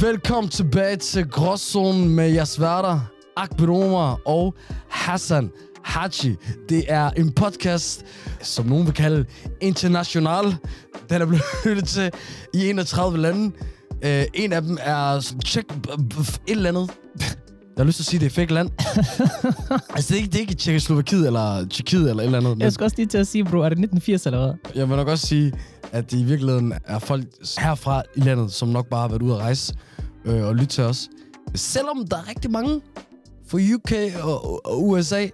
Velkommen tilbage til Gråzonen med jeres værter, Akbet Omar og Hassan Hachi. Det er en podcast, som nogen vil kalde international. Den er blevet lyttet til i 31 lande. Uh, en af dem er tjek et eller andet. Jeg har lyst til at sige, det er fake land. altså, det er ikke, det er ikke Tjekoslovakiet eller Tjekkiet eller et eller andet. men- Jeg skal også lige til at sige, bro, er det 1980 eller hvad? Jeg vil nok også sige, at det i virkeligheden er folk herfra i landet, som nok bare har været ude at rejse øh, og lytte til os. Selvom der er rigtig mange fra UK og, og USA.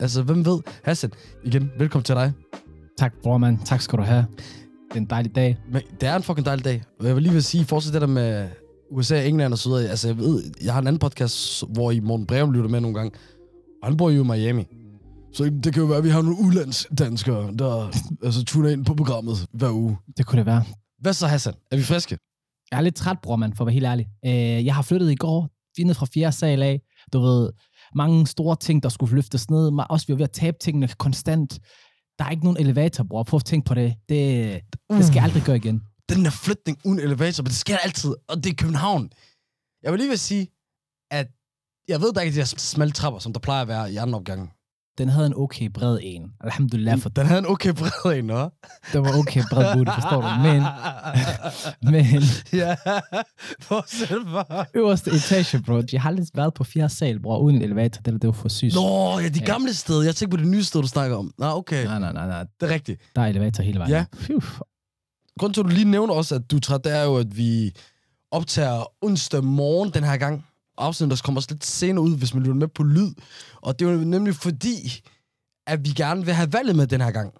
Altså, hvem ved? Hassan, igen, velkommen til dig. Tak, bror, mand. Tak skal du have. Det er en dejlig dag. Men det er en fucking dejlig dag. Og jeg vil lige vil sige, fortsæt det der med USA, England og så videre. Altså, jeg ved, jeg har en anden podcast, hvor I Morten Breum lytter med nogle gange. Og han bor jo i Miami. Så det kan jo være, at vi har nogle udlandsdanskere, der altså, tuner ind på programmet hver uge. Det kunne det være. Hvad så, Hassan? Er vi friske? Jeg er lidt træt, bror, mand, for at være helt ærlig. Øh, jeg har flyttet i går, ned fra 4. sal af. Du ved, mange store ting, der skulle løftes ned. Men Også vi er ved at tabe tingene konstant. Der er ikke nogen elevator, bror. Prøv at tænke på det. Det, det skal jeg aldrig gøre igen. den der flytning uden elevator, men det sker altid, og det er København. Jeg vil lige vil sige, at jeg ved, der ikke er de der smalle trapper, som der plejer at være i andre opgange. Den havde en okay bred en. Alhamdulillah for Den havde en okay bred en, hva'? det var okay bred booty, forstår du. Men, men ja, fortsæt bare. øverste etage, bro. Jeg har aldrig været på 4. sal, bror, uden en elevator. Det, det var for sygt. Nå, ja, de gamle steder. Jeg tænker på det nye sted, du snakker om. Nå, okay. Nej, nej, nej, nej. Det er rigtigt. Der er elevator hele vejen. Ja. Phew. Grunden til, at du lige nævner også, at du er træt, det er jo, at vi optager onsdag morgen den her gang. Afsnittet der kommer også lidt senere ud, hvis man lytter med på lyd. Og det er jo nemlig fordi, at vi gerne vil have valget med den her gang.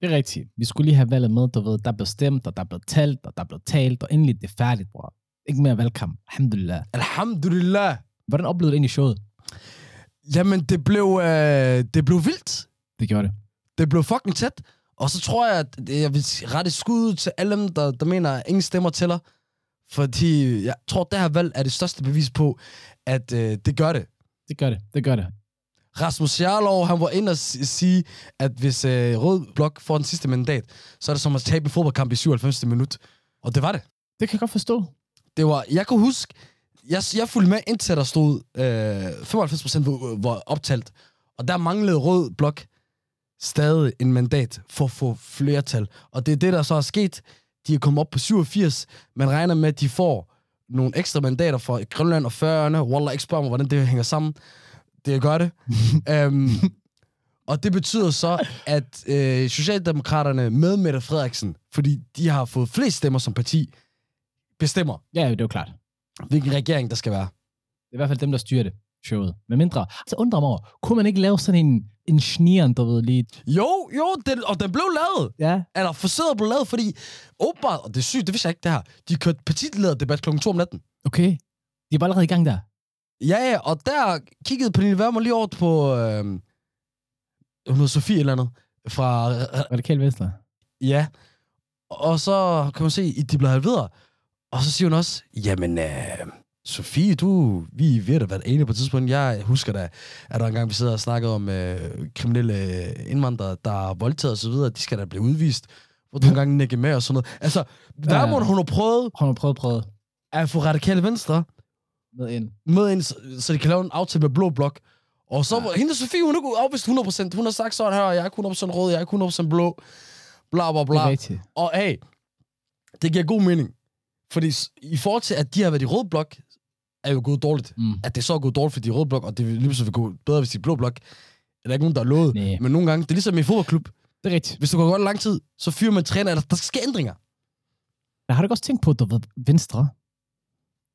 Det er rigtigt. Vi skulle lige have valget med, du ved, der blev stemt, og der blev talt, og der blev talt, og endelig det er færdigt, bror. Ikke mere valgkamp. Alhamdulillah. Alhamdulillah. Hvordan oplevede du egentlig showet? Jamen, det blev, øh, det blev vildt. Det gjorde det. Det blev fucking tæt. Og så tror jeg, at jeg vil rette et skud ud til alle dem, der, der mener, at ingen stemmer tæller. Fordi jeg tror, det her valg er det største bevis på, at øh, det gør det. Det gør det. Det gør det. Rasmus Jarlov, han var inde og s- sige, at hvis øh, Rød Blok får den sidste mandat, så er det som at tabe en fodboldkamp i 97. minut. Og det var det. Det kan jeg godt forstå. Det var, jeg kunne huske, jeg, jeg fulgte med indtil der stod øh, 95 procent var, var optalt. Og der manglede Rød Blok stadig en mandat for at få flertal. Og det er det, der så er sket. De er kommet op på 87. Man regner med, at de får nogle ekstra mandater fra Grønland og Færøerne. Wallah, ikke spørg mig, hvordan det hænger sammen. Det gør det. øhm, og det betyder så, at øh, Socialdemokraterne med Mette Frederiksen, fordi de har fået flest stemmer som parti, bestemmer, Ja, det er jo klart. hvilken regering der skal være. Det er i hvert fald dem, der styrer det. Showet. Med mindre. Så undrer jeg mig over, kunne man ikke lave sådan en, en schnieren, du ved, lige... Jo, jo, den, og den blev lavet. Ja. Eller forsøget blev lavet, fordi åbenbart, og det er sygt, det vidste jeg ikke det her, de kørte partilederdebat kl. 2 om natten. Okay. De er bare allerede i gang der. Ja, ja, og der kiggede Pernille Vermund lige over på, øh, hun hedder Sofie et eller andet, fra, Radikal Venstre. ja, og så kan man se, at de blev halveret. Og så siger hun også, jamen, øh, Sofie, du, vi er ved at være enige på et tidspunkt. Jeg husker da, at der engang vi sidder og snakkede om øh, kriminelle indvandrere, der er voldtaget og så videre, de skal da blive udvist. Hvor du engang nikke med og sådan noget. Altså, Vermund, hun har prøvet Prøv at prøve, prøve at få radikale venstre med ind. med ind, så- så de kan lave en aftale med Blå Blok. Og så, ja. hende Sofie, hun er ikke afvist 100%. Hun har sagt sådan her, jeg er ikke 100% rød, jeg er ikke 100% blå. Bla, bla, Det er bla. rigtigt. Og hey, det giver god mening. Fordi s- i forhold til, at de har været i rød blok, er jo gået dårligt. Mm. At det så er gået dårligt, fordi de er i rød blok, og det vil lige pludselig vil gå bedre, hvis de er i blå blok. Der er ikke nogen, der er lovet. Næh. Men nogle gange, det er ligesom i en fodboldklub. Det er rigtigt. Hvis du går godt lang tid, så fyrer man træner, eller der skal ske ændringer. Men har du ikke også tænkt på, at du ved, Venstre,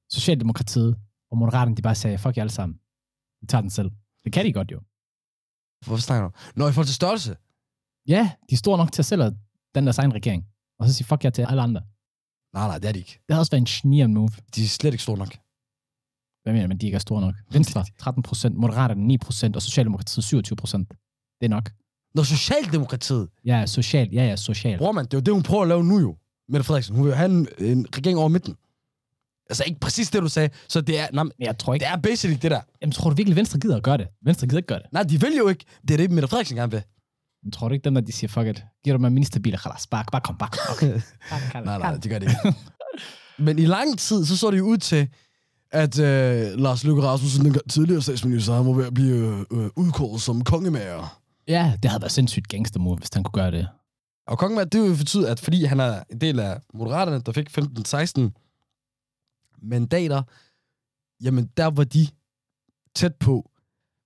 Socialdemokratiet og Moderaterne, de bare sagde, fuck jer alle sammen. Vi tager den selv. Det kan de godt jo. Hvorfor snakker du? Når i forhold til størrelse. Ja, de er store nok til at selv at den deres egen regering. Og så sige fuck jer til alle andre. Nej, nej, det er de ikke. Det havde også været en genial move. De er slet ikke store nok. Hvad mener jeg, men de ikke er store nok? Venstre 13 procent, Moderaterne 9 procent og Socialdemokratiet 27 procent. Det er nok. Når Socialdemokratiet, Ja, social. Ja, ja, social. bror man, det er jo det, hun prøver at lave nu jo. Mette Frederiksen, hun vil jo have en, en regering over midten. Altså ikke præcis det, du sagde, så det er, nej, men Men jeg tror ikke... det er basically det der. Jamen, tror du virkelig, Venstre gider at gøre det? Venstre gider ikke gøre det. Nej, de vil jo ikke. Det er det, Mette Frederiksen gerne vil. Men tror du ikke dem, der de siger, fuck it, giver du mig ministerbiler, khalas, bare, bare kom, bare kom. Okay. Bare, Nej, nej, det gør det ikke. Men i lang tid, så så det jo ud til, at øh, Lars Løkke Rasmussen, den tidligere statsminister, han var ved at blive øh, øh, udkåret som kongemager. Ja, det havde været sindssygt gangstermove, hvis han kunne gøre det. Og kongemager, det vil betyde, at fordi han er en del af Moderaterne, der fik 15-16 mandater, jamen der var de tæt på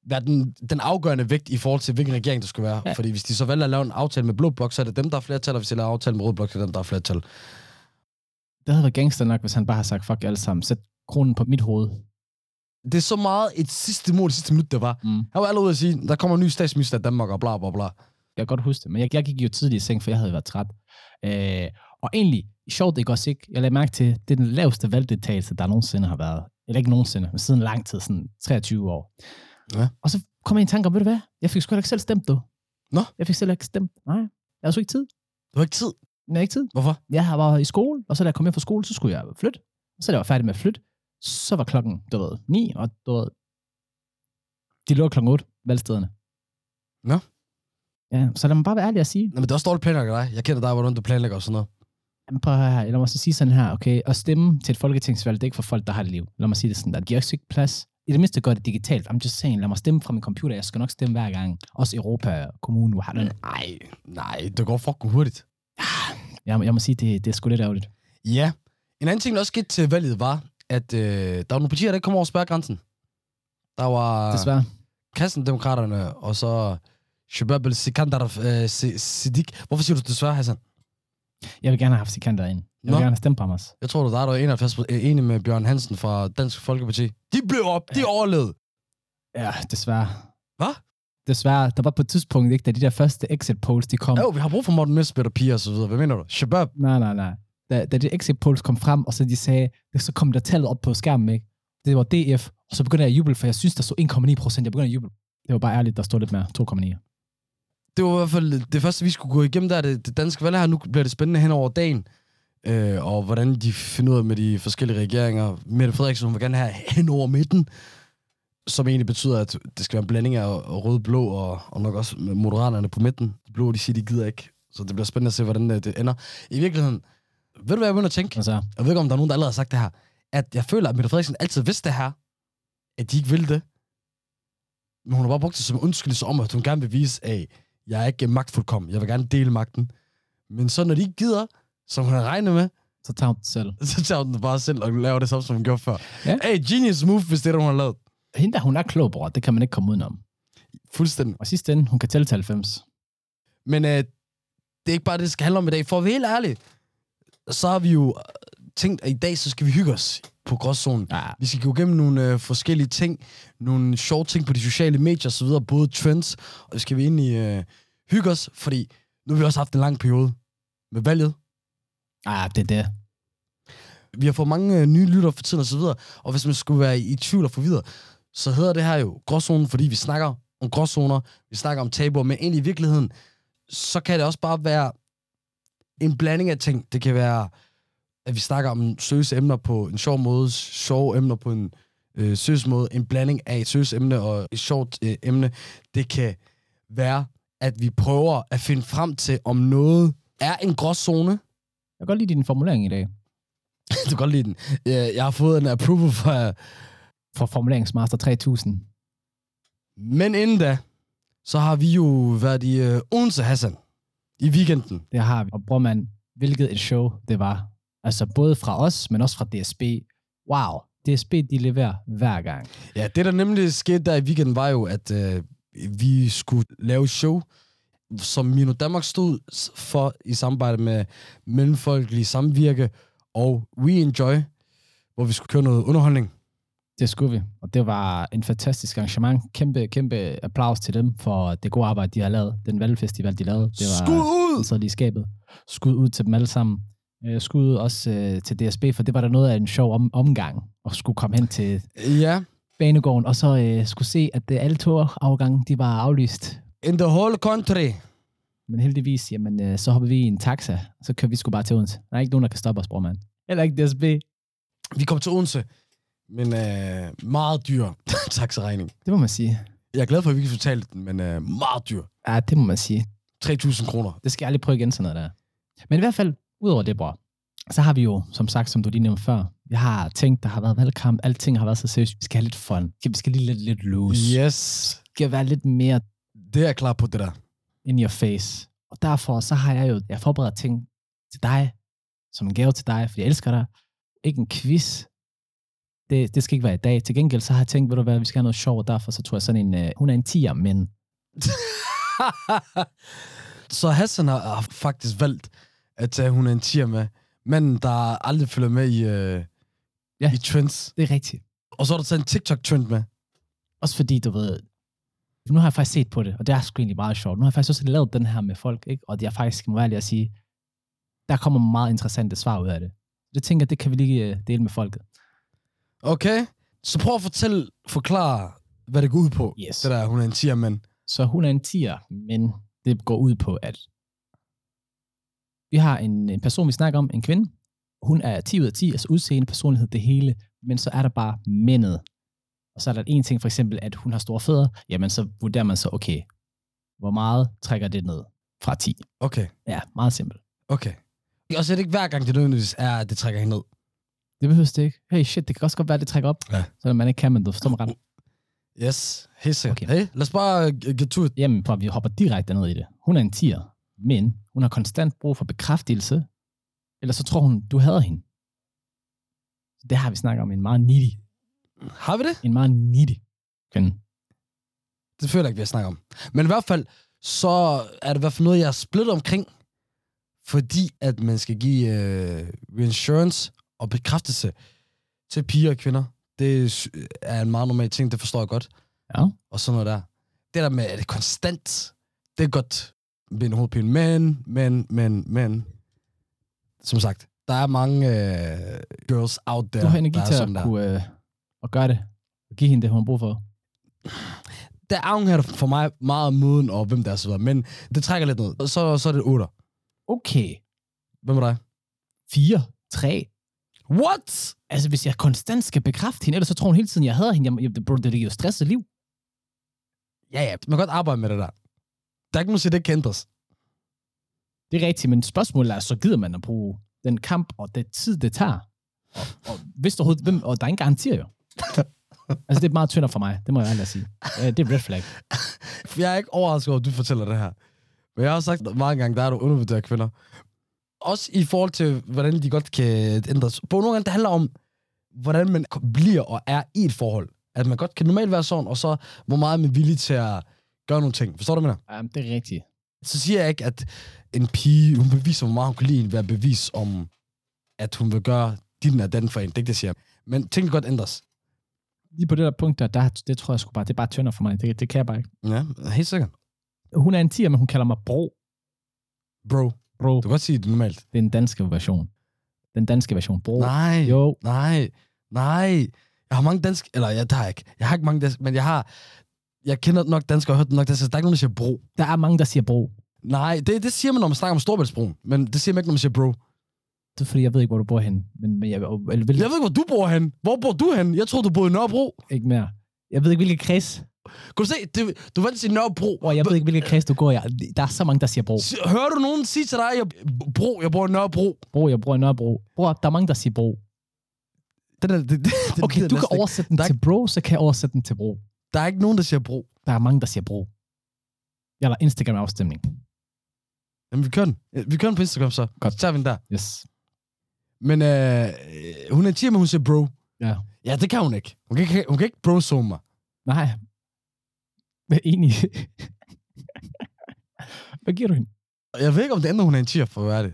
hvad den, den afgørende vægt i forhold til, hvilken regering der skulle være. Ja. Ja. Fordi hvis de så vælger at lave en aftale med Blå Blok, så er det dem, der er flertal, og hvis de laver aftale med Rød Blok, så er det dem, der er flertal. Det havde været gangster nok, hvis han bare havde sagt, fuck jer alle sammen, sæt kronen på mit hoved. det er så meget et sidste mål, sidste minut, der var. Mm. Han var allerede ude at sige, der kommer en ny statsminister af Danmark, og bla bla bla. Jeg kan godt huske det, men jeg, jeg gik jo tidligt i seng, for jeg havde været træt. Øh, og egentlig, sjovt ikke også ikke, jeg lagde mærke til, det er den laveste valgdeltagelse, der nogensinde har været. Eller ikke nogensinde, men siden lang tid, sådan 23 år. Ja. Og så kom jeg i en tanke om, ved du hvad, jeg fik sgu heller ikke selv stemt, du. Nå. Jeg fik selv ikke stemt, nej. Jeg havde sgu ikke tid. Det var ikke tid. Jeg havde ikke tid. Hvorfor? Jeg har været i skole, og så da jeg kom hjem fra skole, så skulle jeg flytte. Så da jeg var færdig med at flytte, så var klokken, du ved, 9, og du ved, de lukker klokken 8, valgstederne. Nå. Ja, så lad mig bare være ærlig og sige, Nå, men det er også dårligt planlagt af dig. Jeg kender dig, hvordan du planlægger og sådan noget. jamen, prøv at høre her, lad mig så sige sådan her, okay, at stemme til et folketingsvalg, det er ikke for folk, der har et liv. Lad mig sige det sådan, der giver også ikke plads. I det mindste gør det digitalt. I'm just saying, lad mig stemme fra min computer. Jeg skal nok stemme hver gang. Også Europa, kommune, hvor har den. Nej, nej, det går fucking hurtigt. Jeg, må- jeg må sige, det, det er sgu lidt ærgerligt. Ja. En anden ting, der også skete til valget, var, at øh, der var nogle partier, der ikke kom over spærregrænsen. Der var Desværre. Kristendemokraterne, og så Shabab al-Sikandarov øh, Si- Siddiq. Hvorfor siger du desværre, Hassan? Jeg vil gerne have haft Sikander ind. Jeg vil Nå. gerne have stemt på ham også. Jeg tror, du der er der 71 øh, enig med Bjørn Hansen fra Dansk Folkeparti. De blev op, de overlevede. Ja, desværre. Hvad? Desværre. Der var på et tidspunkt, ikke, da de der første exit polls, de kom. Jo, vi har brug for Morten Messerschmidt og piger og så videre. Hvad mener du? Shabab? Nej, nej, nej. Da, da de exit polls kom frem, og så de sagde, så kom der tallet op på skærmen, ikke? Det var DF, og så begyndte jeg at juble, for jeg synes, der stod 1,9 procent. Jeg begyndte at juble. Det var bare ærligt, der stod lidt mere. 2,9. Det var i hvert fald det første, vi skulle gå igennem der, er det, det danske valg her. Nu bliver det spændende hen over dagen, øh, og hvordan de finder ud af med de forskellige regeringer. Mette Frederiksen, hun vil gerne have hen over midten, som egentlig betyder, at det skal være en blanding af rød-blå og, og nok også med moderaterne på midten. De blå, de siger, de gider ikke. Så det bliver spændende at se, hvordan øh, det ender. I virkeligheden, ved du, hvad jeg begynder at tænke? Altså, Jeg ved ikke, om der er nogen, der allerede har sagt det her. At jeg føler, at Mette Frederiksen altid vidste det her. At de ikke ville det. Men hun har bare brugt det som en undskyldelse om, at hun gerne vil vise, at jeg er ikke magtfuldkommen. Jeg vil gerne dele magten. Men så når de ikke gider, som hun har regnet med, så tager hun det selv. så tager hun det bare selv og laver det samme, som hun gjorde før. Ja. Ja. Hey, genius move, hvis det er det, hun har lavet. Hende der, hun er klog, bror. Det kan man ikke komme udenom. Fuldstændig. Og i sidste ende, hun kan tælle til 90. Men øh, det er ikke bare det, det skal handle om i dag. For at være helt ærlig, så har vi jo øh, tænkt, at i dag så skal vi hygge os på gråzonen. Ja. Vi skal gå igennem nogle øh, forskellige ting, nogle sjove ting på de sociale medier osv., både trends, og skal vi egentlig øh, hygge os, fordi nu har vi også haft en lang periode med valget. Ah, det er det. Vi har fået mange øh, nye lytter for tiden osv., og, og hvis man skulle være i tvivl og forvirret, så hedder det her jo gråzonen, fordi vi snakker om gråzoner, vi snakker om tabuer, men egentlig i virkeligheden, så kan det også bare være en blanding af ting. Det kan være, at vi snakker om søse emner på en sjov måde, sjove emner på en øh, søs måde, en blanding af et søs emne og et sjovt øh, emne. Det kan være, at vi prøver at finde frem til, om noget er en gråzone. Jeg kan godt lide din formulering i dag. Du kan godt lide den. Øh, Jeg har fået en approval fra Fra formuleringsmaster 3000. Men inden da, så har vi jo været i øh, Odense, Hassan, i weekenden. Det har vi. Og bror man, hvilket et show det var. Altså både fra os, men også fra DSB. Wow, DSB de leverer hver gang. Ja, det der nemlig skete der i weekenden var jo, at øh, vi skulle lave et show, som Mino Danmark stod s- for i samarbejde med Mellemfolkelige Samvirke og We Enjoy, hvor vi skulle køre noget underholdning. Det skulle vi, og det var en fantastisk arrangement. Kæmpe, kæmpe applaus til dem for det gode arbejde, de har lavet. Den valgfestival, de lavede. Det var, Skud ud! så lige i skabet. Skud ud til dem alle sammen. Øh, Skud ud også øh, til DSB, for det var da noget af en sjov om, omgang at skulle komme hen til Ja, banegården, og så øh, skulle se, at øh, alle togafgange, de var aflyst. in the whole country. Men heldigvis, jamen, øh, så hopper vi i en taxa, så kører vi sgu bare til Odense. Der er ikke nogen, der kan stoppe os, bror, mand. Heller ikke DSB. Vi kom til Odense, men øh, meget dyr taxaregning. Det må man sige. Jeg er glad for, at vi ikke fortalte den, men øh, meget dyr. Ja, det må man sige. 3.000 kroner. Det skal jeg aldrig prøve igen, sådan noget der. Men i hvert fald, udover det, bror, så har vi jo, som sagt, som du lige nævnte før, jeg har tænkt, der har været valgkamp, alting har været så seriøst. Vi skal have lidt fun. Vi skal lige lidt, lidt loose. Yeah. Yes. Vi skal være lidt mere Det er jeg klar på, det der. in your face. Og derfor så har jeg jo, jeg forbereder ting til dig, som en gave til dig, fordi jeg elsker dig. Ikke en quiz. Det, det skal ikke være i dag. Til gengæld så har jeg tænkt, ved du hvad, vi skal have noget sjovt, og derfor så tror jeg sådan en, øh, hun er en 10'er, men Så Hassan har, har faktisk valgt at tage hun er en tier med. Manden, der aldrig følger med i, øh, Ja. ja. i trends. det er rigtigt. Og så har du taget en TikTok-trend med. Også fordi, du ved, nu har jeg faktisk set på det, og det er sgu egentlig meget sjovt. Nu har jeg faktisk også lavet den her med folk, ikke? og det er faktisk, må være ærlig at sige, der kommer meget interessante svar ud af det. Det tænker jeg, det kan vi lige øh, dele med folket. Okay? Så prøv at fortælle, forklare, hvad det går ud på. Yes. Det der, hun er en tier, men... Så hun er en tier, men det går ud på, at vi har en, en person, vi snakker om, en kvinde. Hun er 10 ud af 10, altså udseende, personlighed, det hele. Men så er der bare mændet. Og så er der en ting, for eksempel, at hun har store fødder. Jamen, så vurderer man så, okay, hvor meget trækker det ned fra 10? Okay, Ja, meget simpelt. okay. Og så er det ikke hver gang, det nødvendigvis er, at det trækker hende ned. Det behøver det ikke. Hey, shit, det kan også godt være, det trækker op. Ja. Selvom man ikke kan, men du forstår mig ret. Yes, helt sikkert. Okay. Okay. Hey, lad os bare øh, get to it. Jamen, prøv, at- vi hopper direkte ned i det. Hun er en tier, men hun har konstant brug for bekræftelse, ellers så tror hun, du hader hende. Det har vi snakket om, en meget nitty, Har vi det? en meget nitty kvinde. Det føler jeg ikke, vi har snakket om. Men i hvert fald, så er det i hvert fald noget, jeg er splittet omkring. Fordi at man skal give øh, reinsurance og bekræftelse til piger og kvinder. Det sy- er en meget normal ting, det forstår jeg godt. Ja. Og sådan noget der. Det der med, at det er konstant, det er godt ved en hovedpine. Men, men, men, men. Som sagt, der er mange øh, girls out there, Du har energi der er til sådan at der. kunne øh, at gøre det, og give hende det, hun har brug for. der afhænger det for mig meget af moden og hvem der er så videre, men det trækker lidt ned. Og Så, så er det 8. Okay, Hvem er dig? fire, tre. What? Altså, hvis jeg konstant skal bekræfte hende, ellers så tror hun hele tiden, jeg hader hende. Jamen, Jamen, bro, det giver jo stresset liv. Ja, ja, man kan godt arbejde med det der. Der er ikke nogen, der siger, det kan ændres. Det er rigtigt, men spørgsmålet er, så gider man at bruge den kamp og det tid, det tager. Og, og hvis der overhovedet, hvem, og der er ingen garantier jo. altså, det er meget tyndere for mig, det må jeg ærligt sige. Øh, Det er red flag. For jeg er ikke overrasket over, at du fortæller det her. Men jeg har også sagt mange gange, der er du undervurderer kvinder. Også i forhold til, hvordan de godt kan ændres. På nogle gange, det handler om, hvordan man bliver og er i et forhold. At man godt kan normalt være sådan, og så hvor meget man er villig til at gøre nogle ting. Forstår du, hvad jeg mener? Jamen, det er rigtigt. så siger jeg ikke, at en pige, hun beviser, hvor meget hun kan lide en, være bevis om, at hun vil gøre din og den for en. Det er ikke det, jeg siger. Men ting kan godt ændres. Lige på det der punkt, der, der det tror jeg sgu bare, det er bare tyndere for mig. Det, det kan jeg bare ikke. Ja, helt sikkert. Hun er en tier, men hun kalder mig bro. Bro, Bro, du kan godt sige det normalt. det er den danske version. Den danske version, bro. Nej, jo. Jo, nej, nej. Jeg har mange danske, eller jeg der har ikke. Jeg har ikke mange danske, men jeg har, jeg kender nok danskere og har hørt nok danskere. så Der er ikke nogen, der siger bro. der er mange, der siger bro. Nej, det, det siger man, når man snakker om Storbæltsbroen. Men det siger man ikke, når man siger bro. Det er fordi, jeg ved ikke, hvor du bor henne. Men, men jeg, eller, vil, Jeg ved ikke, hvor du bor hen. Hvor bor du hen? Jeg tror du boede i Nørrebro. ikke mere. Jeg ved ikke, hvilke kreds, Kan du se? Det, du valgte at sige Nørrebro. og jeg ved ikke, hvilke kreds du går i. Der er så mange, der siger bro. S- Hører du nogen sige til dig, jeg, bro, jeg bor i Nørrebro? Bro, jeg bruger Nørrebro. Bro, der er mange, der siger bro. Den er, det, det, det Okay, lyder du kan næsten ikke. oversætte den Der er til bro, så kan jeg oversætte den til bro. Der er ikke nogen, der siger bro. Der er mange, der siger bro. Jeg lader Instagram-afstemning. Jamen, vi kører den. Øh, Vi kører den på Instagram så. Godt. Så tager vi den der. Yes. Men øh, hun er en tier, men hun siger bro. Ja. Ja, det kan hun ikke. Hun kan ikke, hun kan ikke bro-zone mig. Nej. Hvad er enig? Hvad giver du hende? Og Jeg ved ikke, om det ændrer, hun er en tier, for hvad er det?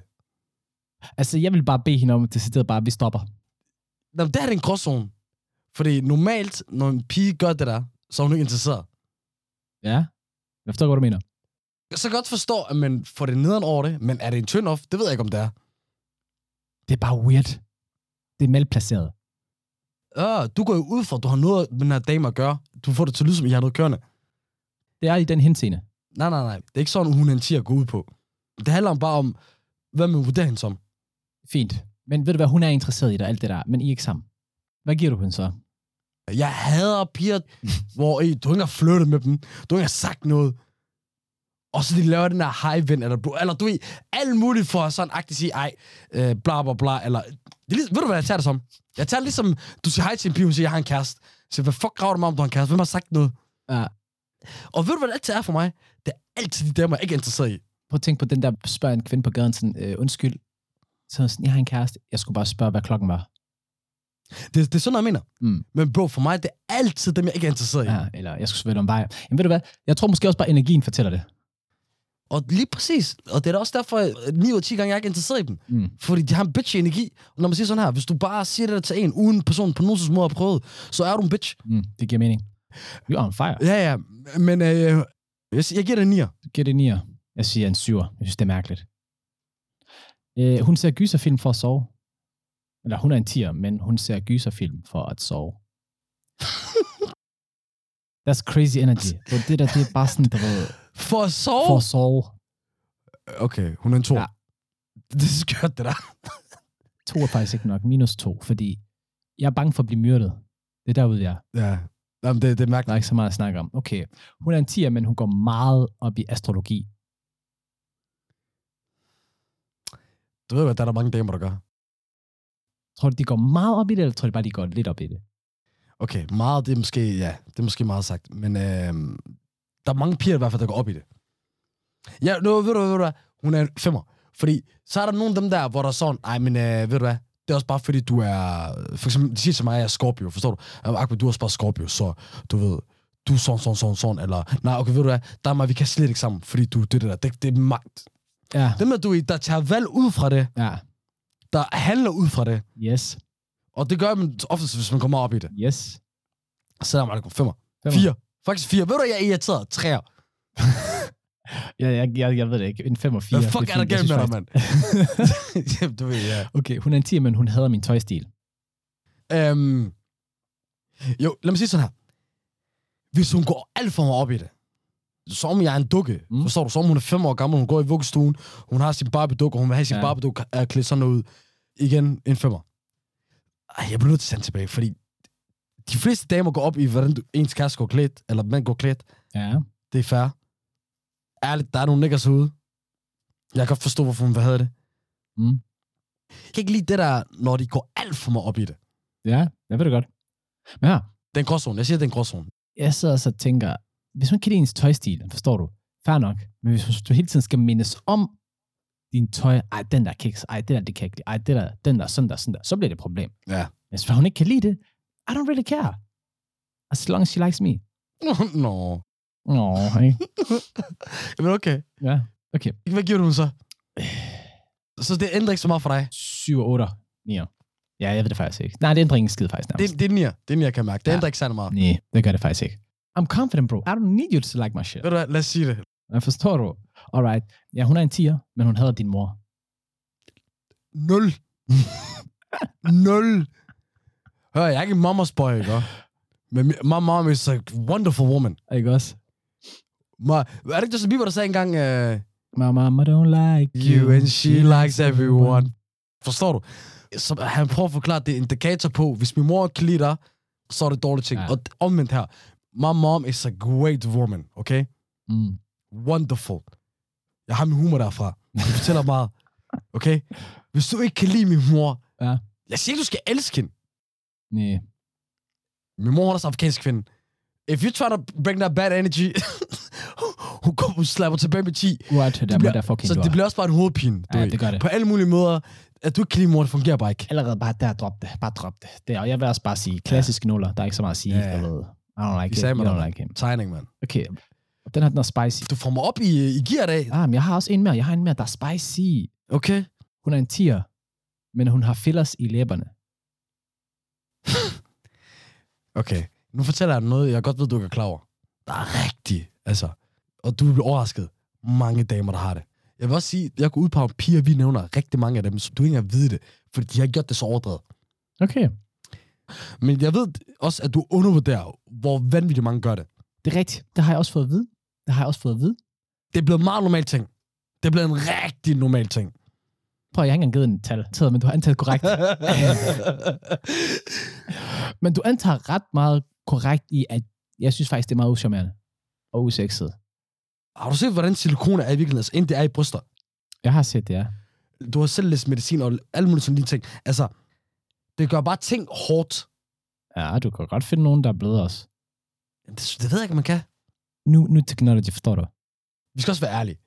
Altså, jeg vil bare bede hende om, at det bare, at vi stopper. Nå, men der er det en gråzone. Fordi normalt, når en pige gør det der, så er hun ikke interesseret. Ja. Jeg forstår, hvad du mener. Jeg så kan jeg godt forstå, at man får det nederen over det, men er det en turn-off? Det ved jeg ikke, om det er. Det er bare weird. Det er malplaceret. Øh, du går jo ud fra, at du har noget med den her dame at gøre. Du får det til at lyde, som I har noget kørende. Det er i den henseende. Nej, nej, nej. Det er ikke sådan, hun er en tier at gå ud på. Det handler om bare om, hvad man vurderer hende som. Fint. Men ved du hvad, hun er interesseret i dig, alt det der. Men I er ikke sammen. Hvad giver du hende så? Jeg hader piger, hvor I, du ikke har flyttet med dem. Du ikke har sagt noget. Og så de laver den der high vind, eller, bro- eller du ved, alt muligt for at sådan agtigt sige, ej, øh, bla bla bla, eller... Det er ligesom, ved du, hvad jeg tager det som? Jeg tager det ligesom, du siger hej til en pige, hun siger, jeg har en kæreste. Så siger, hvad fuck graver du mig om, du har en kæreste? Hvem har sagt noget? Ja. Og ved du, hvad det altid er for mig? Det er altid de damer, jeg ikke er interesseret i. Prøv at tænke på den der, spørger en kvinde på gaden sådan, øh, undskyld, så er sådan, jeg har en kæreste. Jeg skulle bare spørge, hvad klokken var. Det, det er sådan noget, jeg mener. Mm. Men bro, for mig, det er altid dem, jeg ikke er interesseret i. Ja. Ja, eller jeg skulle selvfølgelig om vej. Men ved du hvad? Jeg tror måske også bare, energien fortæller det. Og lige præcis. Og det er da også derfor, at 9 ud af 10 gange, jeg er ikke interesseret i dem. Mm. Fordi de har en bitchy energi. Og når man siger sådan her, hvis du bare siger det der til en, uden personen på nogen som helst måde har prøvet, så er du en bitch. Mm, det giver mening. Vi er on fire. Ja, ja. Men øh, jeg, siger- jeg giver det en 9'er. Du giver det en nier. Jeg siger en syver. Jeg synes, det er mærkeligt. Øh, hun ser gyserfilm for at sove. Eller hun er en tier, men hun ser gyserfilm for at sove. That's crazy energy. Og det der, det er bare sådan, der ved, For at sove? for at sove. Okay, hun er en 2. Ja. Ja. Det er skørt, det der. To er faktisk ikke nok. Minus to, fordi jeg er bange for at blive myrdet. Det er derude, jeg er. Ja. Jamen, det, det er Der mærkeligt. er ikke så meget at snakke om. Okay, hun er en tier, men hun går meget op i astrologi. Du ved, hvad der er der mange damer, der gør. Tror du, de går meget op i det, eller tror du bare, de går lidt op i det? Okay, meget, det er måske, ja, det er måske meget sagt, men øh, der er mange piger i hvert fald, der går op i det. Ja, nu, ved du, hvad, ved du hvad, hun er en femmer, fordi så er der nogle af dem der, hvor der er sådan, ej, men øh, ved du hvad, det er også bare fordi, du er, for eksempel, de siger til mig, at jeg er Scorpio, forstår du? Jamen, Ahmed, du er også bare Scorpio, så du ved, du er sådan, sådan, sådan, sådan, eller, nej, okay, ved du hvad, der er mig, vi kan slet ikke sammen, fordi du er det der, det, det er magt. Ja. Dem der, du er i, der tager valg ud fra det, Ja. der handler ud fra det, Yes. og det gør man oftest, hvis man kommer op i det. Yes. Selvom man er femmer. Femmer. Fire. Faktisk fire. Ved du, jeg er irriteret. Træer. Jeg, jeg, jeg, jeg ved det ikke. En 5 og 4. Hvad fuck er der galt med dig, mand? Jamen, du ved, ja. Okay, hun er en 10, men hun hader min tøjstil. Øhm, jo, lad mig sige sådan her. Hvis hun går alt for meget op i det, som jeg er en dukke, Mm. mm. forstår du? Som hun er fem år gammel, hun går i vuggestuen, hun har sin barbie-dukke, og hun vil have sin Ja. ja. barbie-dukke øh, klædt sådan noget ud. Igen, en femmer. Ej, jeg bliver nødt til at sende tilbage, fordi de fleste damer går op i, hvordan du, ens kæreste går klædt, eller mand går klædt. Ja. Det er fair. Ærligt, der er nogle niggers ude. Jeg kan godt forstå, hvorfor hun havde det. Mm. Jeg kan ikke lide det der, når de går alt for meget op i det. Ja, jeg ved det godt. Men her, Det er en gråzone. Jeg siger, det er en gråzone. jeg sidder og så tænker, hvis man kan lide ens tøjstil, forstår du? Fair nok. Men hvis du hele tiden skal mindes om din tøj, ej, den der kiks, ej, det der, det kan jeg ikke lide, ej, det der, den der, sådan der, sådan der, så bliver det et problem. Ja. Men hvis hun ikke kan lide det, I don't really care. As long as she likes me. Nå. Nå, ikke? Men okay. Ja, okay. Hvad giver du dem så? Øh. Så det ændrer ikke så meget for dig. 7 og 8. 9. Ja, jeg ved det faktisk ikke. Nej, det ændrer ingen skid faktisk Det, nærmest. det er nier. Det er nier, kan jeg mærke. Det Ja. ændrer ikke særlig meget. Nej, det gør det faktisk ikke. I'm confident, bro. I don't need you to like my shit. Ved du hvad? Lad os sige det. Jeg forstår du? Alright. Ja, hun er en 10'er, men hun hader din mor. Nul. Nul. Hør, jeg er ikke en mamas boy, ikke? også? Men mi- my mom is a wonderful woman. Ikke også? Ma, er det ikke Justin Bieber, der sagde engang, uh, My mama don't like you. you and she likes everyone? Forstår du? Så han prøver at forklare, at det er indikator på, hvis min mor ikke kan lide dig, så er det dårlige ting. Ja. Ja. Og d- omvendt her. My mom is a great woman, okay? Mm. Wonderful. Jeg har min humor derfra. Det fortæller meget. Okay? Hvis du ikke kan lide min mor, Ja. jeg siger ikke, du skal elske hende. Nej. Min mor hun er også afrikansk kvinde. If you try to bring that bad energy, hun kommer og slapper tilbage med 10. Uret til dem, bliver- der fucking Så det bliver også bare en hovedpine. Du Ja, ved. det gør det. På alle mulige måder, at du ikke kan lide mor, det fungerer bare ikke. Allerede bare der, drop det. Bare drop det. det er, og jeg vil også bare sige, klassiske nuller. Der er ikke så meget at sige. Ja. Jeg ved. I don't Vi like him. sagde I med don't dig. like him. Tegning, mand. Okay. Den her, den er spicy. Du får mig op i, i gear i dag. Ah, men jeg har også en mere. Jeg har en mere, der er spicy. Okay. Hun er en tier, men hun har fillers i læberne. Okay. Nu fortæller jeg dig noget, jeg godt ved, du ikke er klar over. Der er rigtigt, altså. Og du vil blive overrasket. Mange damer, der har det. Jeg vil også sige, jeg går ud på piger, vi nævner rigtig mange af dem, så du ikke engang ved det, fordi de har gjort det så overdrevet. Okay. Men jeg ved også, at du undervurderer, hvor vanvittigt mange gør det. Det er rigtigt. Det har jeg også fået at vide. Det har jeg også fået at vide. Det er blevet en meget normal ting. Det er blevet en rigtig normal ting. Prøv, jeg har ikke engang givet en tal, Ted, men du har antaget korrekt. men du antager ret meget korrekt i, at jeg synes faktisk, det er meget uschammerende og usexet. Har du set, hvordan silikon er i virkeligheden, altså, inden det er i bryster? Jeg har set det, ja. Du har selv læst medicin og alle mulige sådan lige ting. Altså, det gør bare ting hårdt. Ja, du kan godt finde nogen, der er blevet os. Det, det ved jeg ikke, man kan. New, new technology, forstår du? Vi skal også være ærlige.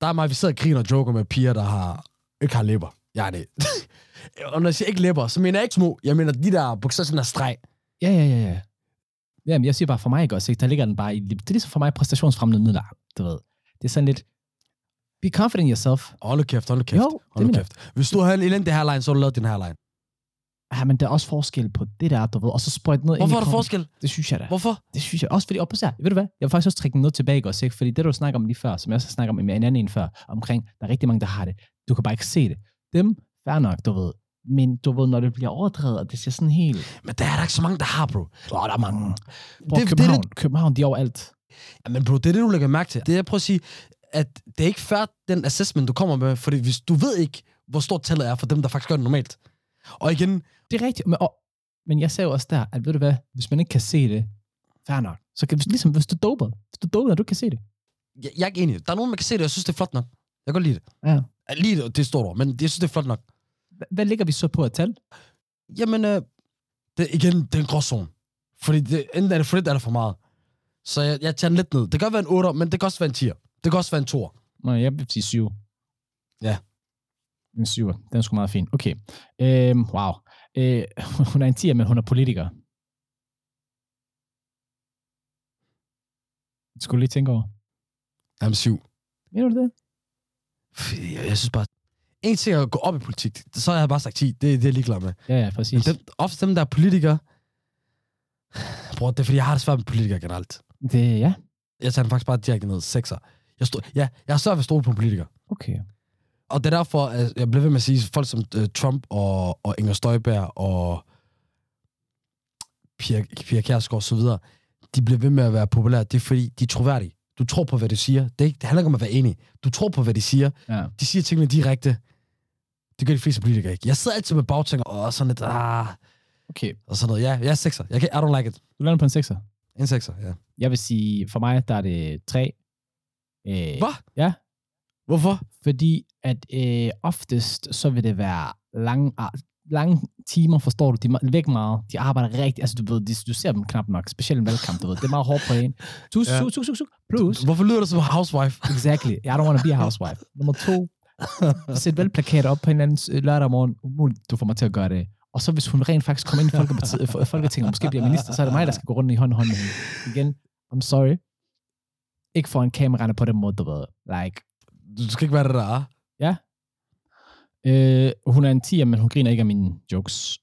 Der er mig, vi sidder og griner og joker med piger, der har, ikke har læber. Jeg er det. og når jeg siger ikke læber, så mener jeg ikke små. Jeg mener de der bukser, sådan der streg. Ja, ja, ja, ja. Jamen, jeg siger bare for mig, ikke også? Ikke? Der ligger den bare i... Det er ligesom for mig præstationsfremmende midler, du ved. Det er sådan lidt... Be confident in yourself. Hold nu kæft, hold nu kæft. Jo, det hold nu mener kæft. Hvis du havde en elendig hairline, så havde du lavet din hairline. Ja, men der er også forskel på det der, du ved. Og så sprøjt noget Hvorfor ind er i der kroppen. forskel? Det synes jeg da. Hvorfor? Det synes jeg også, fordi op her, ved du hvad, jeg vil faktisk også trække noget tilbage, ikke også, ikke? fordi det, du snakker om lige før, som jeg også snakker om med en anden en før, omkring, der er rigtig mange, der har det. Du kan bare ikke se det. Dem, fair nok, du ved. Men du ved, når det bliver overdrevet, og det ser sådan helt... Men der er der ikke så mange, der har, bro. Åh, der er mange. Bro, Det- det, det er København, det, København, de er overalt. Men bro, det er det, du lægger mærke til. Det er, jeg prøver at sige, at det er ikke fair, den assessment, du kommer med, fordi hvis du ved ikke, hvor stort tallet er for dem, der faktisk gør det normalt. Og igen, Det er rigtigt. Men, og, men jeg sagde jo også der, at ved du hvad, hvis man ikke kan se det, fair nok. Så kan, hvis, ligesom hvis du doper, hvis du doper, og du kan se det. jeg, jeg er ikke enig. Der er nogen, man kan se det, og jeg synes, det er flot nok. Jeg kan godt lide det. Ja. Jeg lide det, det er stort ord, men jeg synes, det er flot nok. Hva- Hvad ligger vi så på at tal? Jamen, øh, det, igen, det er en gråzone. Fordi det, enten er det for lidt, eller for meget. Så jeg, jeg tager den lidt ned. Det kan godt være en 8'er, men det kan også være en 10'er. Det kan også være en 2'er. Nå, jeg vil sige syv. Ja. En syver. Den er sgu meget fin. Okay. Øhm, wow. Øh, hun er en tier, men hun er politiker. Det skulle du lige tænke over. Jamen, 7. Mener du det? Jeg, jeg synes bare, en ting er at gå op i politik, så har jeg bare sagt 10. Det, det er jeg ligeglad med. Ja, ja, Men præcis. dem, ofte dem, der er politikere... Bror, det er fordi, jeg har det svært med politikere generelt. Det, ja. Jeg tager den faktisk bare direkte ned. 6'er. Jeg, stod, ja, jeg har svært ved at stole på politikere. Okay. Og det er derfor, at jeg bliver ved med at sige, folk som øh, Trump og, og Inger Støjberg og Pia, Pia Kjærsgaard og så videre, de bliver ved med at være populære. Det er fordi, de er troværdige. Du tror på, hvad du siger. Det, er ikke, det handler ikke om at være enig. Du tror på, hvad de siger. Ja. De siger tingene direkte. Det gør de fleste politikere ikke. Jeg sidder altid med bagtænker og sådan lidt, ah, Okay. og sådan noget. Ja, jeg er sekser. Jeg kan, I don't like it. Du lander på en sekser. En sekser, ja. Jeg vil sige, for mig, der er det tre. Øh, Hvad? Ja. Hvorfor? Fordi at øh, oftest, så vil det være lange, ar- lange timer, forstår du, de er væk meget, de arbejder rigtig, altså du ved, de, du ser dem knap nok, specielt en valgkamp, du ved, det er meget hårdt på en. Du, Ja. ja. suk, suk, suk, suk, plus, Hvorfor lyder du som housewife? exactly, I don't want to be a housewife. Nummer to, sæt valgplakater op på en eller anden s- lørdag morgen, umuligt, du får mig til at gøre det. Og så hvis hun rent faktisk kommer ind i Folkeparti- øh, Fol- Folketinget, og måske bliver minister, så er det mig, der skal gå rundt i hånd i hånd med hende. Igen, I'm sorry. Ikke foran kameraerne på den måde, du ved. Like, Du skal ikke være det, der ah. er. Øh, hun er en 10'er, men hun griner ikke af mine jokes.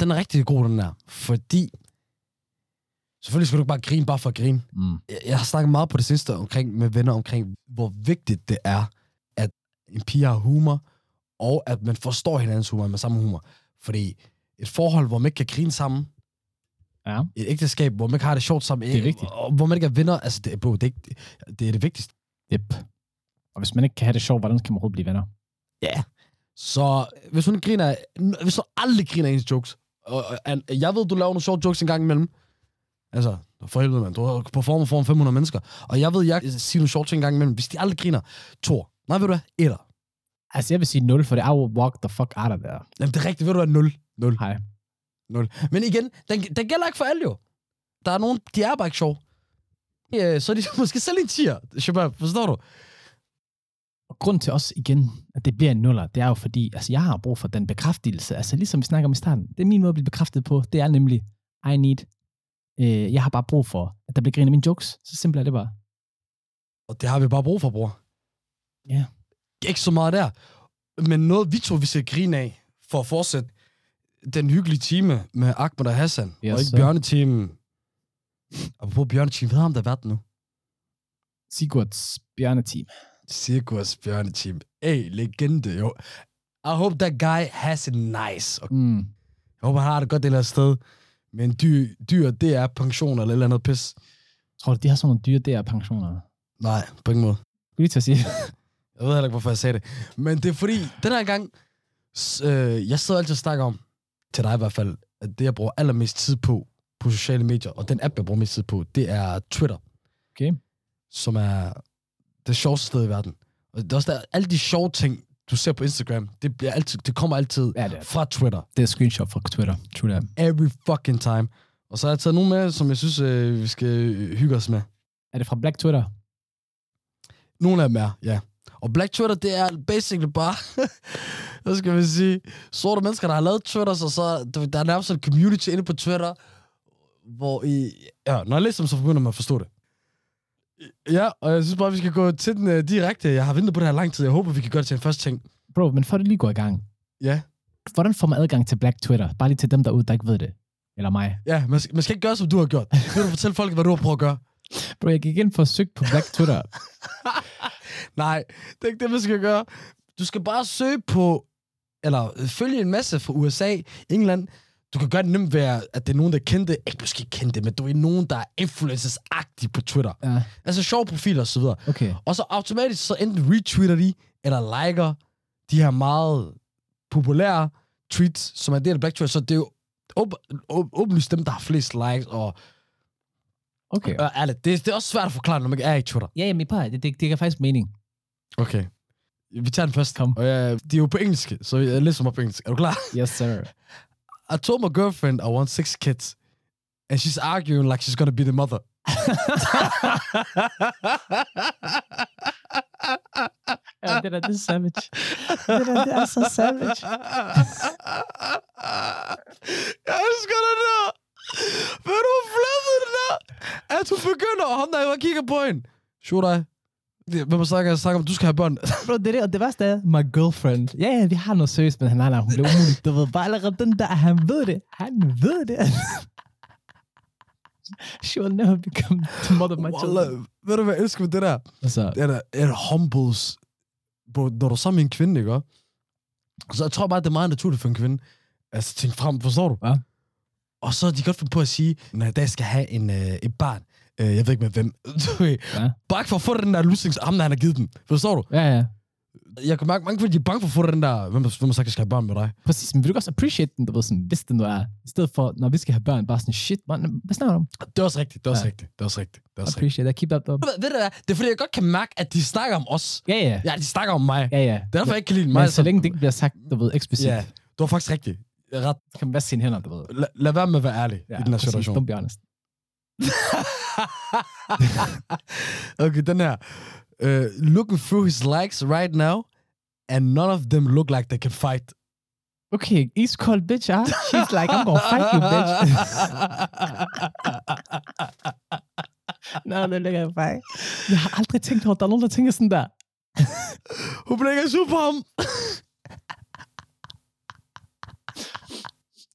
den er rigtig god, den der. Fordi, selvfølgelig skal du ikke bare grine, bare for at grine. Mm. Jeg, jeg har snakket meget på det sidste omkring, med venner omkring, hvor vigtigt det er, at en pige har humor, og at man forstår hinandens humor med samme humor. Fordi et forhold, hvor man ikke kan grine sammen, Ja. et ægteskab, hvor man ikke har det sjovt sammen, Det er vigtigt. og hvor man ikke er venner, altså det, bro, det, er ikke, det er det vigtigste. Yep. Og hvis man ikke kan have det sjovt, hvordan kan man overhovedet blive venner? Så øh, hvis hun griner, hvis hun aldrig griner af ens jokes, og, og, og jeg ved, du laver nogle sjove jokes en gang imellem, altså, for helvede, mand, du performer foran 500 mennesker, og jeg ved, jeg øh, siger nogle sjove ting en gang imellem, hvis de aldrig griner, to, nej, ved du hvad, etter. Altså, jeg vil sige 0, for det I will walk the fuck out of there. Jamen, det er rigtigt, ved du hvad, nul, nul, Hej. nul. Men igen, den, den gælder ikke for alle jo. Der er nogen, de er bare ikke sjove. Ja, så er de måske selv en tier, Shabab, forstår du? Og grund til os igen, at det bliver en nuller, det er jo fordi, altså jeg har brug for den bekræftelse. Altså ligesom vi snakker om i starten, det er min måde at blive bekræftet på, det er nemlig, I need, øh, jeg har bare brug for, at der bliver grinet af mine jokes. Så simpelt er det bare. Og det har vi bare brug for, bror. Ja. Ikke så meget der. Men noget, vi to, vi skal grine af, for at fortsætte den hyggelige time med Ahmed og Hassan, Yes, og ikke sir. bjørnetimen. Apropos bjørnetimen, hvad har ham der været nu? Sigurds bjørneteam. Cirkus bjørnetime. Ey, legende, jo. I hope that guy has it nice. Og Mm. jeg håber, han har det godt et eller andet sted. Men dyr, dyr, det er pension eller et eller andet pis. Tror du, de har sådan nogle dyre der pensioner? Nej, på ingen måde. Skal lige til at sige? Jeg ved heller ikke, hvorfor jeg sagde det. Men det er fordi, den her gang, s- øh, jeg sidder altid og snakker om, til dig i hvert fald, at det, jeg bruger allermest tid på på sociale medier, og den app, jeg bruger mest tid på, det er Twitter. Okay. Okay. som er det sjoveste sted i verden. Og det er også der, alle de sjove ting, du ser på Instagram, det, bliver altid, det kommer altid Ja, det er- fra Twitter. Det er screenshot fra Twitter. True that. Every fucking time. Og så har jeg taget nogle med, som jeg synes, øh, vi skal øh, hygge os med. Er det fra Black Twitter? Nogle af dem er, ja. Og Black Twitter, det er basically bare, hvad skal man sige, sorte mennesker, der har lavet Twitter, så, så du ved, der er nærmest en community inde på Twitter, hvor I, ja, når jeg læser dem, så begynder man at forstå det. Ja, og jeg synes bare, vi skal gå til den øh, direkte. Jeg har ventet på det her lang tid. Jeg håber, vi kan gøre det til en første ting. Bro, men før det lige går i gang. Ja, Hvordan får man adgang til Black Twitter? Bare lige til dem derude, der ikke ved det. Eller mig. ja man, skal, man skal ikke gøre, som du har gjort. Vil du fortælle folk, hvad du har prøvet at gøre? Bro, jeg gik ind for at søge på Black Twitter. Nej, det er ikke det, man skal gøre. Du skal bare søge på, eller øh, følge en masse fra USA, England. Du kan gøre det nemt ved, at at det er nogen, der kendte, ikke måske kendte, men du er nogen, der er influencers-agtige på Twitter. ja, Altså sjove profiler osv. okay. Og så automatisk så enten retweeter de, eller liker de her meget populære tweets, som er en del af Black Twitter. Så det er jo åb- åb- åbenlyst dem, der har flest likes. Og, Okay. og ærligt, det, det er også svært at forklare, når man ikke er i Twitter. Ja, ja, men bare, det, det, det giver faktisk mening. Okay. Vi tager den først. Kom. Og ja, de er jo på engelsk, så jeg læser dem op på engelsk. Er du klar? Yes, sir. I told my girlfriend I want six kids. And she's arguing like she's gonna be the mother. Ja, det der, det er savage. Det der, det er så savage. jeg elsker det der. Hvad er du fladet det der? At hun begynder, og ham der bare kigger på hende. Shoot dig. Det- Hvem har snakket, jeg snakker om, du skal have børn. Bro, det er det, og det værste er, my girlfriend. Ja, ja, vi har noget seriøst, men nej, nej, hun blev umulig. Du ved bare allerede den der, han ved det. Han ved det. She will never become the mother of my Wallah, children. ved du, hvad jeg elsker med det der? Altså, det er, da- det er da humbles. Bro, når du er sammen med en kvinde, ikke? også? Så jeg tror bare, det er meget naturligt for en kvinde. Altså, tænk frem, forstår du? Ja. Og så er de godt finde på at sige, når jeg i dag skal have en, øh, et barn, øh, jeg ved ikke med hvem. Du ved, Ja. Bare ikke for at få den der lussings arm, der han har givet dem. Forstår du? ja, ja. Jeg kan mærke, mange kvinder, de er bange for at få den der, hvem, har- hvem har sagt, jeg skal have børn med dig. Præcis, men vil du ikke også appreciate den, du ved sådan, hvis den nu er, i stedet for, når vi skal have børn, bare sådan, shit, man, hvad snakker du om? Det er også rigtigt, det er også Ja. rigtigt, det er også rigtigt. Det er også rigtigt. Appreciate that, keep up, dog. Ved, ved du hvad? Det er fordi, jeg godt kan mærke, at de snakker om os. Ja, ja, Ja, de snakker om mig. Ja. ja, ja. Det er derfor, jeg ikke kan lide mig. Men så længe det ikke bliver sagt, du ved, eksplicit, Ja, det var faktisk rigtigt. Jeg er Ret så kan man vaske sine hænder, du ved. lad, lad være med at være ærlig ja, i den her præcis. situation. Don't be honest. okay, den her. Uh, looking through his likes right now, and none of them look like they can fight. Okay, he's cold bitch, ah. She's like, I'm gonna fight you, bitch. no, det er ikke fight. Jeg har aldrig tænkt over, at der er nogen, der tænker sådan der. Hun bliver ikke sur på ham.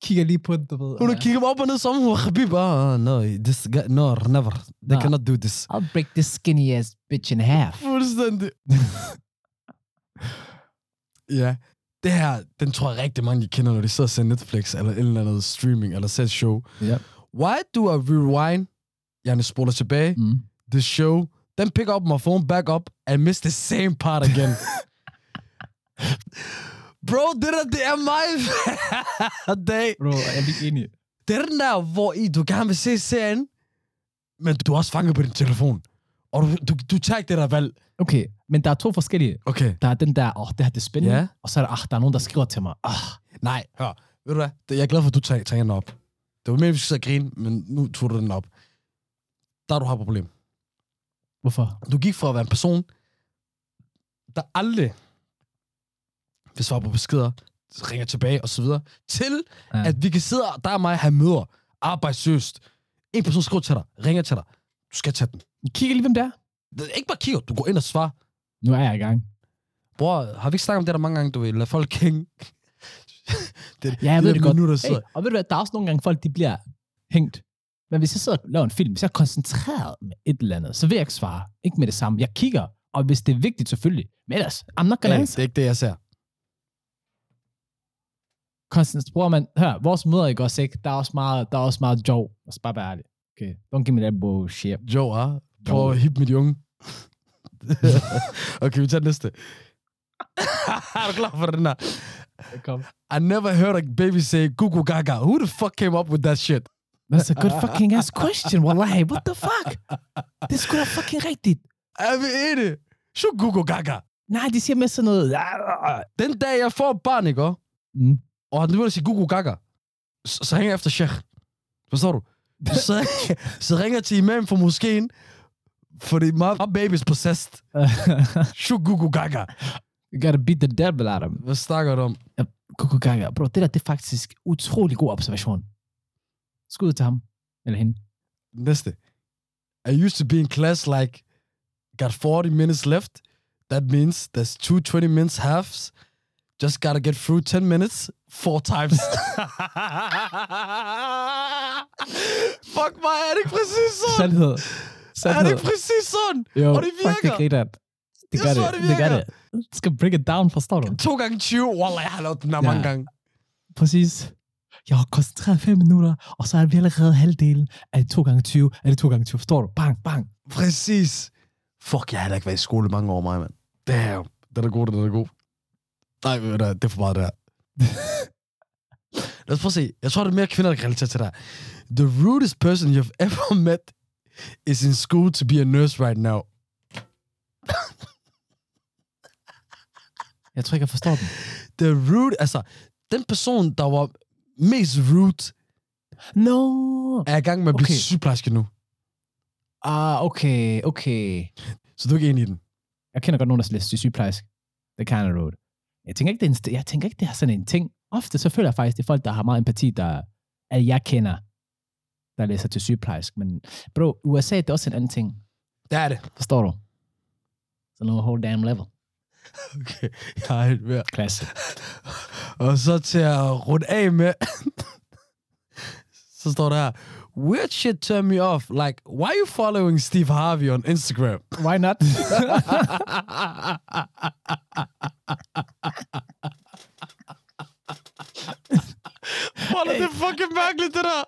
Kigger lige på den, du ved. Hun og- kigger mig op og ned som hun. Habib, oh, no, this guy, no, never. They Ah. cannot do this. I'll break this skinny ass bitch in half. Fuldstændig. ja. Det her, den tror jeg rigtig mange, de kender, når de sidder og ser Netflix, eller en eller anden streaming, eller ser et show. Yep. Why do I rewind? Jeg spoler tilbage. Mm. the show, then pick up my phone back up and miss the same part again. Bro, det der, det er mig hver dag. Bro, jeg er ikke enig. Det er den der, hvor i du gerne vil se serien, men du er også fanget på din telefon. Og du, du, du tager ikke det der valg. Okay, men der er to forskellige. Okay. Der er den der, åh, oh, det her det er spændende. Ja. Og så er der, ah, der er nogen, der skriver til mig. Ah, Nej, hør. Ved du hvad? Det- Jeg er glad for, at du tager, tager den op. Det var mere, vi skulle sidde og grine, men nu tog du den op. Der du har et problem. hvorfor? Du gik fra at være en person, der aldrig vil svare på beskeder, ringer tilbage og så videre, til Ja. ja. at vi kan sidde, og- der og mig, have møder, arbejdsløst. En person skriver til dig, ringer til dig, du skal tage den. Kigger lige, hvem det er. Det er Ikke bare kigger, du går ind og svarer, Nu er jeg i gang. bror, har vi ikke snakket om det der mange gange, du vil lade folk hænge? det, Ja, jeg ved det godt. Minutter, Hey, sidder. og ved du hvad, der er også nogle gange folk, de bliver hængt. Men hvis jeg sidder og laver en film, hvis jeg er koncentreret med et eller andet, så vil jeg ikke svare. Ikke med det samme. Jeg kigger, og hvis det er vigtigt, selvfølgelig. Men ellers, I'm not gonna Hey, det hey, answer. er ikke det, jeg ser. Konstant, bror man, hør, vores møder ikke også, ikke? Der er også meget, der er også meget joke. Og så bare være ærlig. Okay, don't give me that bullshit. Joe, ah? Prøv at hippe mit unge. okay, vi tager den næste. er du klar for den her? Kom. I never heard a baby say Gugu Gaga. Who the fuck came up with that shit? That's a Altså, good fucking ass question, wallahi. What the fuck? Det skulle da fucking rigtigt. Er vi enige? Shugugo gaga. Nej, de siger med sådan noget. Den dag, jeg får et barn, ikke? også? Mm. Og han begynder at sige gugu gaga. Så, så hænger jeg efter sheikh. Forstår du? Så, så ringer jeg til imam for moskeen. Fordi my, my baby's possessed. Shugugu gaga. you gotta beat the devil out of him. Hvad snakker du om? Kuku Gaga, bro, det der, det er faktisk utrolig god observation. Skud til ham. Eller hende. Næste. I used to be in class like got 40 minutes left. That means there's two 20 minutes halves. Just gotta get through 10 minutes four times. Fuck mig, er det ikke præcis sådan? Sandhed. Er det Sandhed. ikke præcis sådan? Jo, og det Fuck, det virker. griner. Det Jeg gør tror, det. det Det gør virker. det. Du skal break it down, forstår du? To gange 20. Wallah, jeg har lavet den her Ja. mange gange. Præcis. Jeg har koncentreret 5 minutter, og så er vi allerede halvdelen. Er det 2 gange 20? Er det 2 gange 20? Forstår du? Bang, bang. Præcis. Fuck, jeg har heller ikke været i skole i mange år, mig, mand. Damn. Den er god, den er god. Nej, men det er for meget, det her. Lad os prøve at se. Jeg tror, det er mere kvinder, der kan relatere til det her. The rudest person you've ever met is in school to be a nurse right now. Jeg tror ikke, jeg forstår den. The rude, altså, den person, der var mest rude, No. er i gang med at blive Okay. okay. sygeplejerske nu. Ah, okay, okay. Så du er ikke enig i den? Jeg kender godt nogen, der læser til sygeplejerske. Det kind of road. Jeg tænker ikke, det er, en st- jeg tænker ikke, det er sådan en ting. Ofte så føler jeg faktisk, det er folk, der har meget empati, der at jeg kender, der læser til sygeplejerske. Men bro, USA det er også en anden ting. Det er det. Forstår du? Så no whole damn level. Okay, jeg har helt mere. Klasse. Og så til at runde af med, så står der her, Weird shit turn me off. Like, why are you following Steve Harvey on Instagram? Why not? Hvor er det fucking mærkeligt, det der?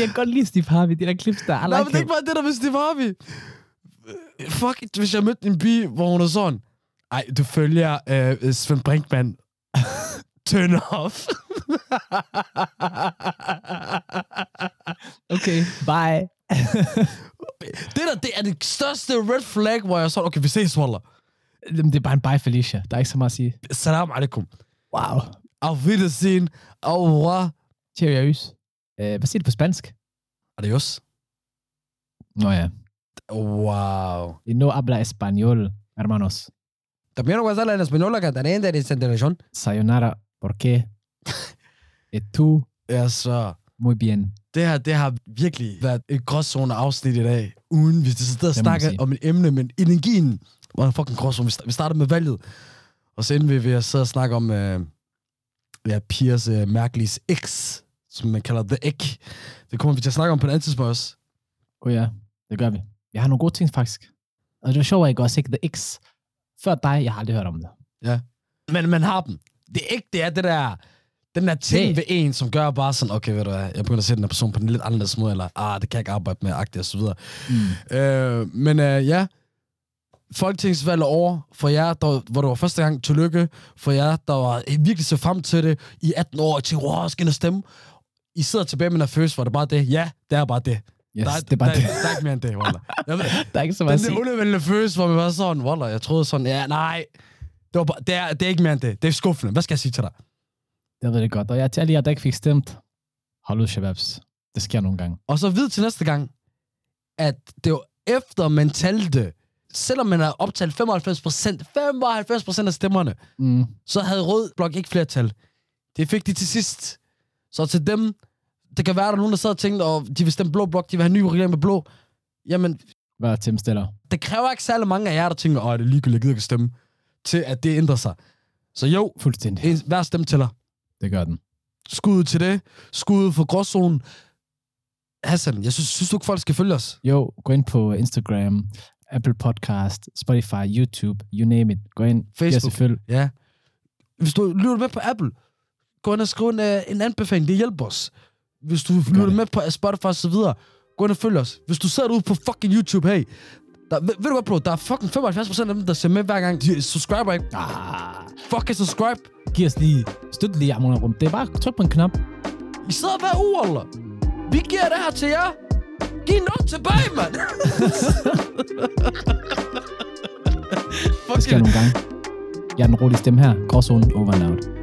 jeg kan godt lide Steve Harvey, de der clips der. I Nej, men det like er it. ikke bare det der med Steve Harvey. Øh, Fuck, hvis jeg mødte en bi, hvor hun er sådan, ej, du følger øh, Svend Brinkmann. Turn off. Okay, bye. Det der, det er det største red flag, hvor jeg er sådan, okay, vi ses, Waller. Jamen, det er bare en bye, Felicia. Der er ikke så meget at sige. Salam alaikum. Wow. Auf Wiedersehen. Au revoir. Cheerios. Uh, hvad siger det på spansk? Adios. Nå ja. Wow. No habla español, hermanos. También voy a hablar en español, canadiense, de internación. Sayonara, ¿por qué? Et tú, Ja, så. muy bien. Det her, det har virkelig været et gråzone afsnit i dag, uden vi sidder og Det må man snakker sige. om et emne, men energien var en fucking gråzone. Vi sta- Vi startede med valget, og så endte vi ved at sidde og snakke om øh, ja, Piers øh, mærkelige X, som man kalder The Egg. Det kommer vi til at snakke om på en anden tidspunkt også. Oh ja, det gør vi. Jeg har nogle gode ting faktisk. Og det var sjovt, at jeg også ikke The X. Før dig, jeg har aldrig hørt om det. Men man har dem. Det er ikke det er det der, den der ting Det- ved en, som gør bare sådan, okay, ved du hvad, jeg begynder at se den her person på en lidt anderledes måde, eller ah, det kan jeg ikke arbejde med, agtigt og så videre. Mm. Øh, men øh, ja, folketingsvalg er over for jer, der, hvor det var første gang. Tillykke for jer, der var virkelig så frem til det i 18 år, og tænkte, wow, jeg skal ind og stemme. I sidder tilbage med den her følelse, var det bare det? Ja, det er bare det. Yes, der, det er bare der, det. Der, er ikke mere end det, Walla. Jeg ved, Der er ikke så meget den at der sige. undervældende følelse, hvor man var sådan, Walla, jeg troede sådan, ja, nej, det, var bare, det, er, det er ikke mere end det. Det er skuffende. Hvad skal jeg sige til dig? Jeg ved det godt. Og jeg er til alle jer, der ikke fik stemt. Hold ud, shababs. Det sker nogle gange. Og så vid til næste gang, at det var efter man talte, selvom man havde optalt 95%, 95% af stemmerne, Mm. så havde Rød Blok ikke flertal. Det fik de til sidst. Så til dem, det kan være, at der er nogen, der sad og tænkte, og de vil stemme blå blok, de vil have en ny regering med blå. Jamen, Hvad er Tim Stiller? det kræver ikke særlig mange af jer, der tænker, at det er ligegyldigt, jeg gider ikke stemme, til at det ændrer sig. Så jo, Fuldstændig. en, hver stemme tæller. Det gør den. Skud ud til det. Skud ud for gråzonen. Hassan, jeg synes, synes du ikke, folk skal følge os? Jo, gå ind på Instagram, Apple Podcast, Spotify, YouTube, you name it. Gå ind. Facebook. selvfølgelig. Ja. Hvis du lytter med på Apple, gå ind og skriv en, øh, en anbefaling. Det hjælper os. Hvis du lytter det. med på Spotify og så videre, gå ind og følg os. Hvis du sidder derude på fucking YouTube, hey. Der, ved, ved du hvad, bro? Der er fucking 75% af dem, der ser med hver gang. De subscriber ikke. Ah, Fucking subscribe. giv os lige, støt lige Amon Rum. Det er bare tryk på en knap. I sidder hver uge, eller? Vi giver det her til jer. Giv noget tilbage, mand! Det skal jeg nogle gange. Jeg er den rolige stemme her. Gråzonen over and out.